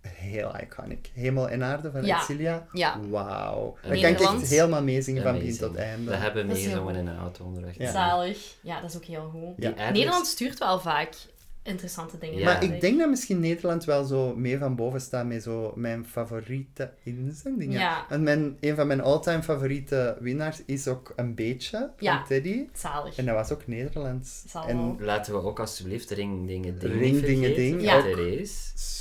heel iconic. Hemel en aarde van
Ja.
Exilia.
Ja.
Wauw. Dat kan ik
Nederland.
echt helemaal meezingen van begin
Amazing.
tot einde.
Dat hebben we
Dat is heel
meegezongen in de auto onderweg.
Ja.
Zalig. Ja, dat is ook heel goed.
Ja.
Die ad-libs-
Nederland stuurt wel vaak interessante dingen.
Ja.
Maar ik denk dat misschien Nederland wel zo mee van boven staat met zo mijn favoriete inzendingen.
Ja.
En mijn, een van mijn all-time favoriete winnaars is ook een beetje van
Ja.
Teddy.
Zalig.
En dat was ook Nederlands.
Zal wel.
En
Laten we ook alsjeblieft Ring Dingen Ding
Ring Dingen Ding,
Ja.
Ja. Therese.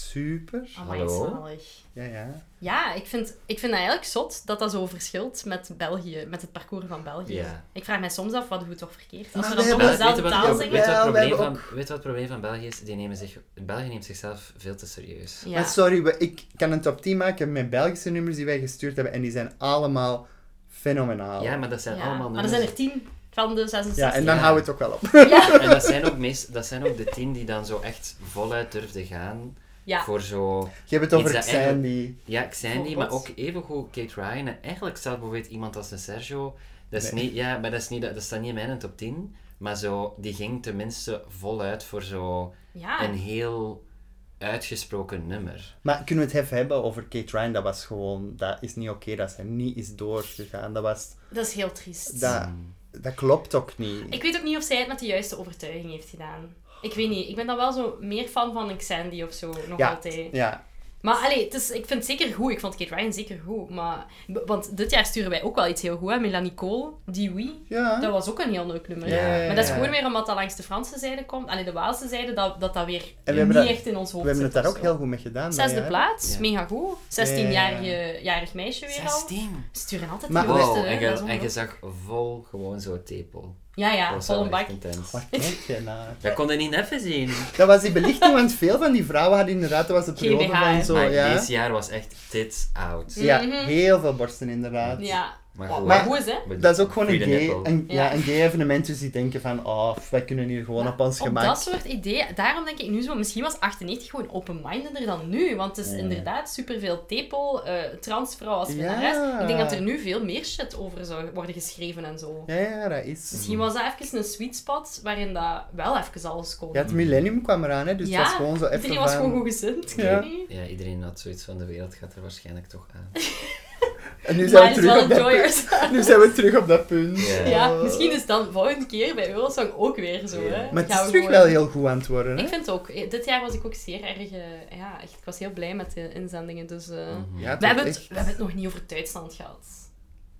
super.
Amai,
Hallo?
zalig.
Ja, ja.
Ja, ik vind, ik vind dat eigenlijk zot dat dat zo verschilt met België, met het parcours van België.
Ja.
Ik vraag mij soms af, wat doen we toch verkeerd? Als we dan
Maar we
toch
hebben-
dezelfde
Weet je
taal
wat-
zingen?
weet je wat
Ja,
het
we
probleem
hebben
van- weet je wat het probleem van België is? Die nemen zich, België neemt zichzelf veel te serieus.
Ja.
Maar sorry, we- ik kan een top 10 maken met Belgische nummers die wij gestuurd hebben. En die zijn allemaal fenomenaal.
Ja, maar dat zijn
Ja,
allemaal
maar er zijn er tien van de 66.
Ja, en dan
Ja.
houden we het ook wel op.
En dat zijn, ook meest, dat zijn ook de tien die dan zo echt voluit durfden gaan
Ja.
voor zo...
Je hebt het over
Iets dat eigenlijk-
Xandy.
Ja, Xandy, maar ook
Bijvoorbeeld.
evengoed Kate Ryan. En eigenlijk zelfs bijvoorbeeld iemand als een Sergio. Dat is
Nee.
niet, ja, maar dat, is niet, dat staat niet in mijn top 10. Maar zo, die ging tenminste voluit voor zo
Ja.
een heel uitgesproken nummer.
Maar kunnen we het even hebben over Kate Ryan? Dat was gewoon... Dat is niet oké dat ze niet is doorgegaan. Dat was...
Dat is heel triest.
Dat,
Hmm.
dat klopt ook niet.
Ik weet ook niet of zij het met de juiste overtuiging heeft gedaan. Ik weet niet. Ik ben dan wel zo meer fan van Xandy of zo, nog
ja,
altijd.
ja.
Maar allee, het is, ik vind het zeker goed. Ik vond Kate Ryan zeker goed. Maar, b- want dit jaar sturen wij ook wel iets heel goed. Hè? Melanie Cole, die Wii.
Ja.
Dat was ook een heel leuk nummer.
Ja, ja, ja,
Maar dat is
ja.
gewoon weer omdat dat langs de Franse zijde komt. Allee, de Waalse zijde, dat dat, dat weer
we
niet
hebben dat-
echt in ons hoofd
We hebben het
zit
daar
of
ook
zo.
heel goed mee gedaan. dat
Zesde
jaar.
plaats,
Ja.
mega goed. 16-jarig jarig meisje weer al.
16!
Ze sturen altijd
Maar-
de
Wow,
juiste.
Wow,
hè.
en
Dat
je,
is
en je
ongelooflijk.
zag vol gewoon zo'n tepel.
Ja, ja,
was
vol
wel
een
echt
bak.
intens.
Waar kijk je naar?
Dat kon je niet even zien.
Dat was die belichting, want veel van die vrouwen hadden inderdaad... Dat was de
Geen
periode
BH, hè?
van zo,
maar
ja.
dit jaar was echt tits out.
Ja,
Mhm.
heel veel borsten inderdaad.
Ja.
Maar
Oh,
goed,
maar
hè.
hoe is hè?
We-
Dat is ook gewoon een
free the
gay,
nipple.
een, ja.
Ja.
een gay evenement, dus die denken van, oh, wij kunnen hier gewoon op ons
Op
gemak.
dat soort ideeën, daarom denk ik nu zo, misschien was 98 gewoon open-mindeder dan nu. Want het is inderdaad superveel tepel, eh, transvrouw als
Ja.
winnares. Ik denk dat er nu veel meer shit over zou worden geschreven en zo.
Ja, ja, dat
Mm.
is.
Misschien was dat even een sweet spot waarin dat wel even alles kon.
Ja, het millennium kwam eraan, hè, dus het was gewoon zo even
iedereen was
van...
gewoon goed gezind. ik
Ja.
weet niet.
Ja, iedereen had zoiets van de wereld gaat er waarschijnlijk toch aan.
En nu
Maar
zijn,
het
we
is
terug
wel
op dat
enjoy
punt.
yourself.
nu zijn we terug op dat punt.
Ja.
Ja, misschien is dat volgende keer bij Eurosong ook weer zo. Hè?
Maar het
Gaan we
is terug
gewoon-
wel heel goed aan het worden, hè?
Ik vind het ook. Eh, Dit jaar was ik ook zeer erg... eh, ja, echt, ik was heel blij met de inzendingen, dus... eh,
Ja, het
We hebben, het,
wordt Mhm. echt
we hebben het nog niet over Duitsland gehad.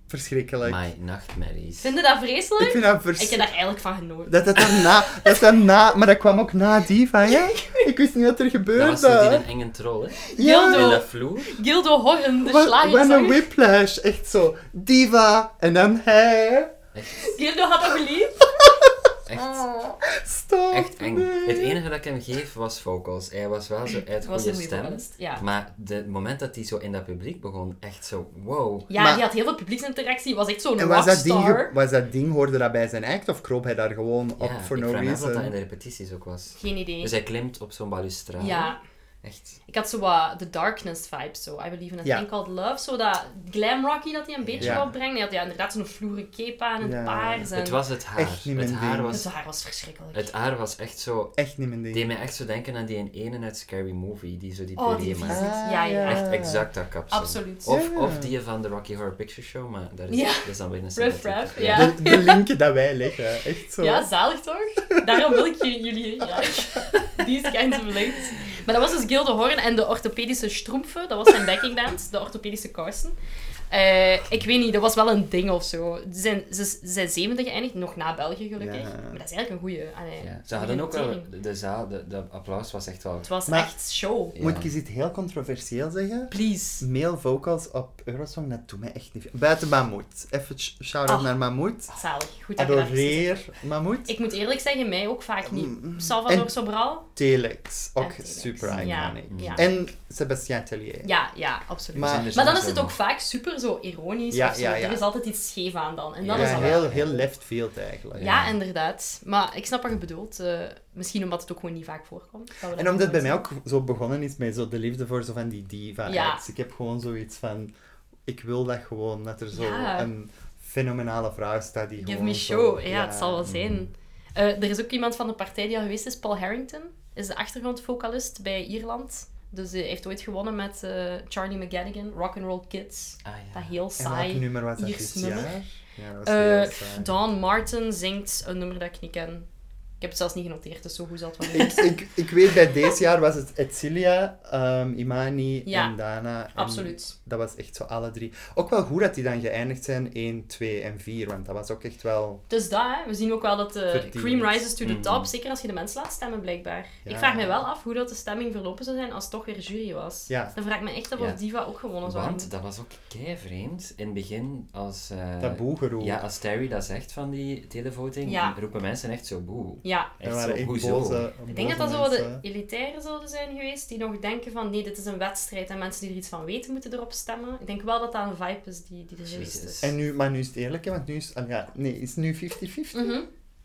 verschrikkelijk.
My nachtmerries.
Vinden dat
Ik
vreselijk?
vind dat
Ik
verschrikkelijk.
heb daar eigenlijk van genoten.
Dat dat dan na, dat dan na, maar dat kwam ook na Diva, hè? Ik wist niet wat er
Dat was
gebeurde.
zo die een enge troll, hè? In
Dildo.
dat vloer.
Gildo Horn, de
Wat wat een
slagerzanger.
whiplash. Echt zo, Diva en dan hij.
Echt,
Gildo had hem lief. Oh.
echt,
Stop.
echt eng.
nee.
Het enige dat ik hem geef was vocals. Hij was wel zo uit
was
goede
een goeie
stem.
vocalist, ja.
Maar de- het moment dat hij zo in dat publiek begon, echt zo wow.
Ja,
Maar-
die had heel veel publieksinteractie. Was echt zo'n
En was dat, ding, ge-
rockstar.
was dat ding, hoorde dat bij zijn act of kroop hij daar gewoon op
Ja,
voor
ik
no
vraag me af wat dat in de
reason?
repetities ook was.
Geen idee.
Dus hij klimt op zo'n balustrade.
Ja.
Echt.
Ik had zo wat The Darkness vibe, zo. I Believe in a
Ja.
Thing Called Love. Zo dat glam rocky dat hij een beetje
Ja.
opbrengt. Hij had ja, inderdaad zo'n vloeren cape aan, het
Ja.
paars. En...
Het was het haar.
Echt niet
het
mijn
haar
ding.
Het
was,
haar was verschrikkelijk.
het haar was echt zo...
Echt niet mijn ding.
deed mij echt zo denken aan die in ene uit Scary Movie, die zo die
Oh,
puree
die
maakt.
visie. Ja,
Ah,
ja.
Echt exact dat kapsel.
Absoluut.
Of,
Ja.
of die van de Rocky Horror Picture Show, maar daar is,
Ja.
dat is dan weer een
Riff
sympathieke.
raff, ja.
De, de linken dat wij leggen, echt zo.
Ja, zalig toch? Daarom wil ik je- jullie graag. Die is kind of late. Maar dat was dus Gilde Horn en de orthopedische stroemfen. Dat was zijn backing band, de orthopedische kousen. Eh, ik weet niet, dat was wel een ding of zo. Ze zijn, ze, ze zijn zevende geëindigd, nog na België gelukkig.
Ja.
Maar dat is eigenlijk een goeie. allee,
Ja. Ze hadden ook wel...
oriëntering.
De zaal, de, de applaus was echt wel...
Het was
Maar-
echt show.
Ja.
Moet ik eens iets heel controversieel zeggen?
Please.
Male vocals op Eurosong, dat doet mij echt niet veel. Buiten Mahmoud. Even sh- shout-out
Ah.
naar Mahmoud.
Zalig. Goed dat je daar precies-
Adoreer Mahmoud.
Ik moet eerlijk zeggen, mij ook vaak
Mm.
niet. Salvador
En-
Sobral.
Telex, ook
Ja, Telex.
super
Ja,
iconic.
ja.
En Sébastien Tellier.
Ja, ja, absoluut.
Maar-
Maar dan is het ook vaak super zo ironisch.
Ja,
of zo.
ja, ja.
Er is altijd iets scheef aan dan. En dan
Ja,
is
Ja,
dat wel-
heel, heel left field eigenlijk.
Ja, inderdaad. Maar ik snap wat je bedoelt. Eh, misschien omdat het ook gewoon niet vaak voorkomt. dat we dat
En omdat het bij
niet
mij ook zo begonnen is met zo de liefde voor zo van die diva
Ja.
acts. Ik heb gewoon zoiets van, ik wil dat gewoon, dat er zo
Ja.
een fenomenale vrouw staat die
zien. Give
gewoon
me
zo- Mm.
show. Ja, het zal wel zijn. Eh, er is ook iemand van de partij die al geweest is. Paul Harrington is de achtergrondvocalist bij Ierland. Dus hij heeft ooit gewonnen met eh, Charlie McGannigan, Rock'n'Roll Kids.
Ah, ja.
Dat heel
En welk
saai.
nummer was dat
Iers
dit
nummer.
jaar? Ja, dat
Eh,
was heel saai.
Don Martin zingt een nummer dat ik niet ken. Ik heb het zelfs niet genoteerd, dus zo goed zal het wel zijn.
ik, ik, ik weet, bij deze jaar was het Etzilia, ehm, Imani
Ja,
en Dana. En
Absoluut.
Dat was echt zo alle drie. Ook wel goed dat die dan geëindigd zijn, 1, 2 en 4, want dat was ook echt wel...
Dus dat, hè. we zien ook wel dat de
Verdiend.
cream rises to the
Mhm.
top, zeker als je de mensen laat stemmen, blijkbaar.
Ja.
Ik vraag me wel af hoe dat de stemming verlopen zou zijn als het toch weer jury was.
Ja.
Dan vraag ik me echt af
Ja.
of Diva ook gewonnen zou
Want
hebben.
dat was ook kei vreemd. In het begin, als... eh,
Dat boegeroep.
Ja, als Terry dat zegt van die televoting,
Ja.
roepen mensen echt zo boe.
Ja.
Er
Echt zo,
waren echt
hoezo?
boze,
Ik denk dat dat
boze
zo wat de
mensen.
elitairen zouden zijn geweest, die nog denken van nee, dit is een wedstrijd en mensen die er iets van weten moeten erop stemmen. Ik denk wel dat dat een vibe is die, die er geweest
Jezus.
is.
En nu, maar nu is het eerlijk, hè, want nu is, ah, ja, nee, is het nu 50-50.
Mhm.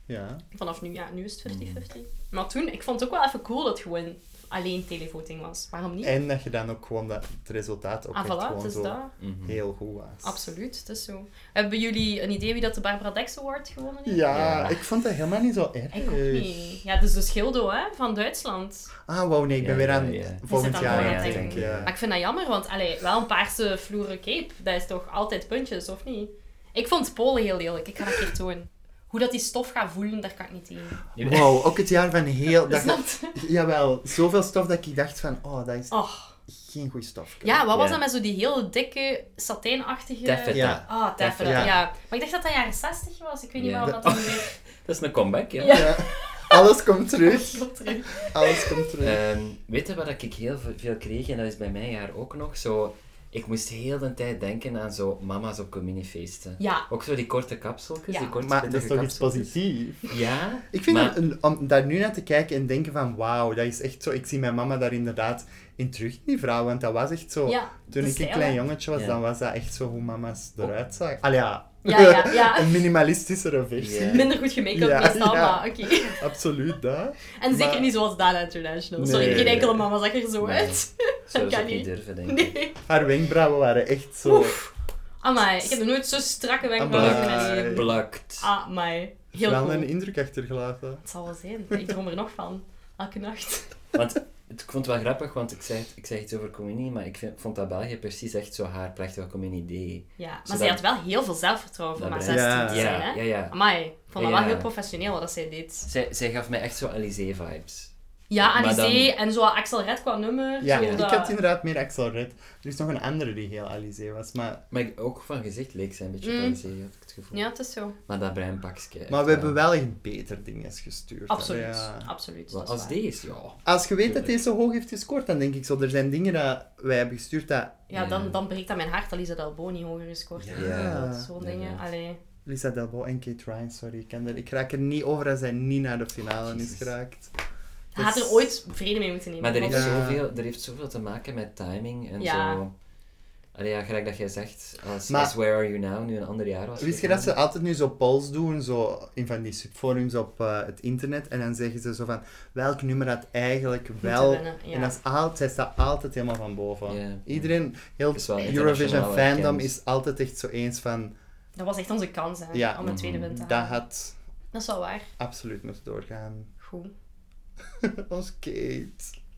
Ja. Mhm.
Vanaf nu, ja, nu is het 50-50. Maar toen, ik vond het ook wel even cool dat gewoon alleen televoting was. Waarom niet?
En dat je dan ook gewoon dat het resultaat ook
ah,
echt
voilà,
gewoon
het is
zo
dat.
Mhm.
heel goed was.
Absoluut, het is zo. Hebben jullie een idee wie dat de Barbara Dex Award gewonnen heeft?
Ja,
Ja.
ik vond dat helemaal niet zo erg. Eh,
Ik ook niet. Ja, dus de Schildo, hè, van Duitsland.
Ah, wow, nee, ik ben
Ja,
weer
ja,
aan
ja.
volgend
Is het
jaar
aan
aan het
voorjaar?
denken. Ja.
Maar ik vind dat jammer, want allee, wel een paarse vloeren cape, dat is toch altijd puntjes, of niet? Ik vond Polen heel lelijk, ik ga dat een keer tonen. Hoe dat die stof gaat voelen, daar kan ik niet tegen.
Wow, ook het jaar van heel... Dat,
Snap je?
jawel, zoveel stof dat ik dacht van, oh, dat is
Oh.
geen goede stof.
Ja, wat was
Ja.
dat met zo die hele dikke, satijnachtige...
Taffeta.
Ja.
Ah, taffeta,
Ja.
ja. Maar ik dacht dat dat jaren 60 was, ik weet niet
Ja.
waarom dat dan weer...
Dat is een comeback, ja.
Ja.
Ja. Alles komt terug.
Wat terug.
Alles komt terug.
Ehm, weet je wat ik heel ve- veel kreeg, en dat is bij mijn jaar ook nog, zo... Ik moest heel de tijd denken aan zo mama's op communiefeesten.
Ja.
Ook zo die korte kapseltjes,
Ja.
die korte
maar dat is
pittige
toch iets
kapseltjes.
positiefs?
Ja.
Ik vind
maar-
dat een- om daar nu naar te kijken en denken van, wauw, dat is echt zo... Ik zie mijn mama daar inderdaad in terug, die vrouw. Want dat was echt zo...
Ja,
toen
de
ik een
stijl,
klein
hè? Oh.
jongetje was,
Ja.
dan was dat echt zo hoe mama's eruit zagen. Al ja.
Ja, ja, ja.
een minimalistischere versie.
Ja.
Minder goed gemake-up
Ja,
meestal,
ja.
maar oké.
Absoluut, dat.
En zeker
Maar-
niet zoals Dana International.
Nee.
Sorry, geen enkele mama zag er zo
Nee.
uit.
Zou
kan
ze ook niet
niet.
durven, denk ik.
Nee.
Haar wenkbrauwen waren echt zo...
Amai, ik heb nog nooit zo strakke wenkbrauwen
Amai.
gezien.
Plakt.
Amai. Heel
wel
cool.
een indruk achtergelaten.
Het zal wel zijn. Ik droom er nog van. Elke nacht.
Want het- ik vond het wel grappig, want ik zei, het- ik zei iets over communie, maar ik vind- vond dat België precies echt zo haar plechtige communie deed.
Ja, maar
Zodat-
zij had wel heel veel zelfvertrouwen voor
Dat
maar
blijkt.
16 te
Ja.
zijn, hè?
ja, ja.
Amai, ik vond dat
Ja.
wel heel professioneel wat dat zij deed.
Zij, zij gaf mij echt zo Alizé-vibes.
Ja,
Maar
Alizé en zo Axel Red qua nummer.
Ja,
zo
ik
dat-
had inderdaad meer Axel Red. Er is nog een andere die heel Alizé was, maar...
Maar ik- ook van gezicht leek zij een beetje op
Mm.
Alizé, had ik het gevoel.
Ja, het is zo.
Maar dat breinpakje... echt eh,
Maar we hebben wel echt beter dingen gestuurd.
Absoluut.
Ja.
Absoluut.
Wel,
dat is
Als
waar.
deze, ja.
Als je weet dat deze zo hoog heeft gescoord, dan denk ik zo, er zijn dingen dat wij hebben gestuurd dat...
Ja, dan, dan breekt dat mijn hart. Alisa Dalboni hoger gescoord.
Ja.
Ja.
Zo'n dingen.
inderdaad.
Allee.
Ah, Lisa Delbo en Kate Ryan, sorry, ik, kan er, ik raak er niet over als zij niet naar de finale is
Jezus.
geraakt.
Hij had
Dus-
er ooit vrede mee moeten nemen.
Maar er heeft,
want-
Ja.
zoveel, er heeft zoveel te maken met timing en
Ja.
zo. Allee, ja, gelijk dat jij zegt, als,
Maar-
als Where Are You Now nu een ander jaar was.
Wist je dat ze altijd nu zo polls doen, zo in van die subforums op eh, het internet, en dan zeggen ze zo van, welk nummer had eigenlijk wel...
winnen, ja.
En dat is altijd, zij staat altijd helemaal van boven.
Ja.
Iedereen, heel
Is wel
Eurovision
internationaal
fandom
erkend.
is altijd echt zo eens van,
Dat was echt onze kans hè,
Ja. Mhm.
om een tweede win te
dat
halen.
had
Dat is wel waar.
absoluut moeten doorgaan.
Goed.
Ons Kate.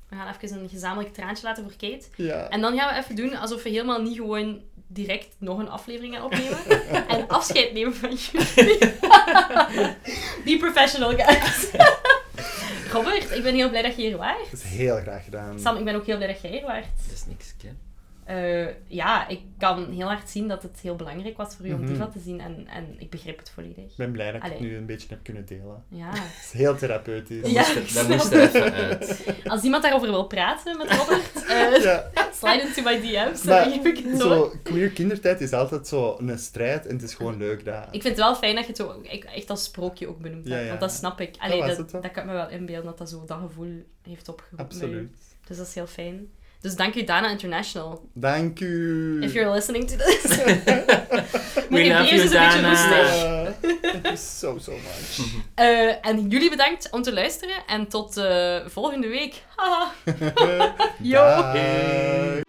We gaan even een gezamenlijk traantje laten voor Kate.
Ja.
En dan gaan we even doen alsof we helemaal niet gewoon direct nog een aflevering gaan opnemen. en afscheid nemen van jullie. Be professional, guys. Robert, ik ben heel blij dat je hier waart.
Dat is heel graag gedaan.
Sam, ik ben ook heel blij dat jij hier waart.
Dat is niks, hè.
Eh, ja, ik kan heel hard zien dat het heel belangrijk was voor u om
Mhm.
Diva te zien. En, en ik begrijp het volledig.
Ik ben blij dat ik het
Allee.
nu een beetje heb kunnen delen.
Ja.
Het is heel therapeutisch.
Dat
Ja,
moest
ik
er, dat
snap
moest er
het.
even uit.
Als iemand daarover wil praten met Robert, eh,
Ja.
slide into my DM's en
Maar
dan geef ik het door.
Zo, queer kindertijd is altijd zo een strijd en het is gewoon leuk dat...
Ik vind het wel fijn dat je het zo, ik- echt als sprookje ook benoemt hebt,
Ja, ja.
want dat snap ik. Allee,
was
dat,
het, hè?
dat kan ik me wel inbeelden dat dat zo dat gevoel heeft opgeroepen. bij u.
Absoluut.
Dus dat is heel fijn. Dus dank u Dana International.
Dank u.
If you're listening to this. Mijn
love
Hebreeuws
you,
is een beetje
Dana.
roestig.
Ja. Thank you so, so much.
Eh, en jullie bedankt om te luisteren en tot eh, volgende week. Haha.
Dag.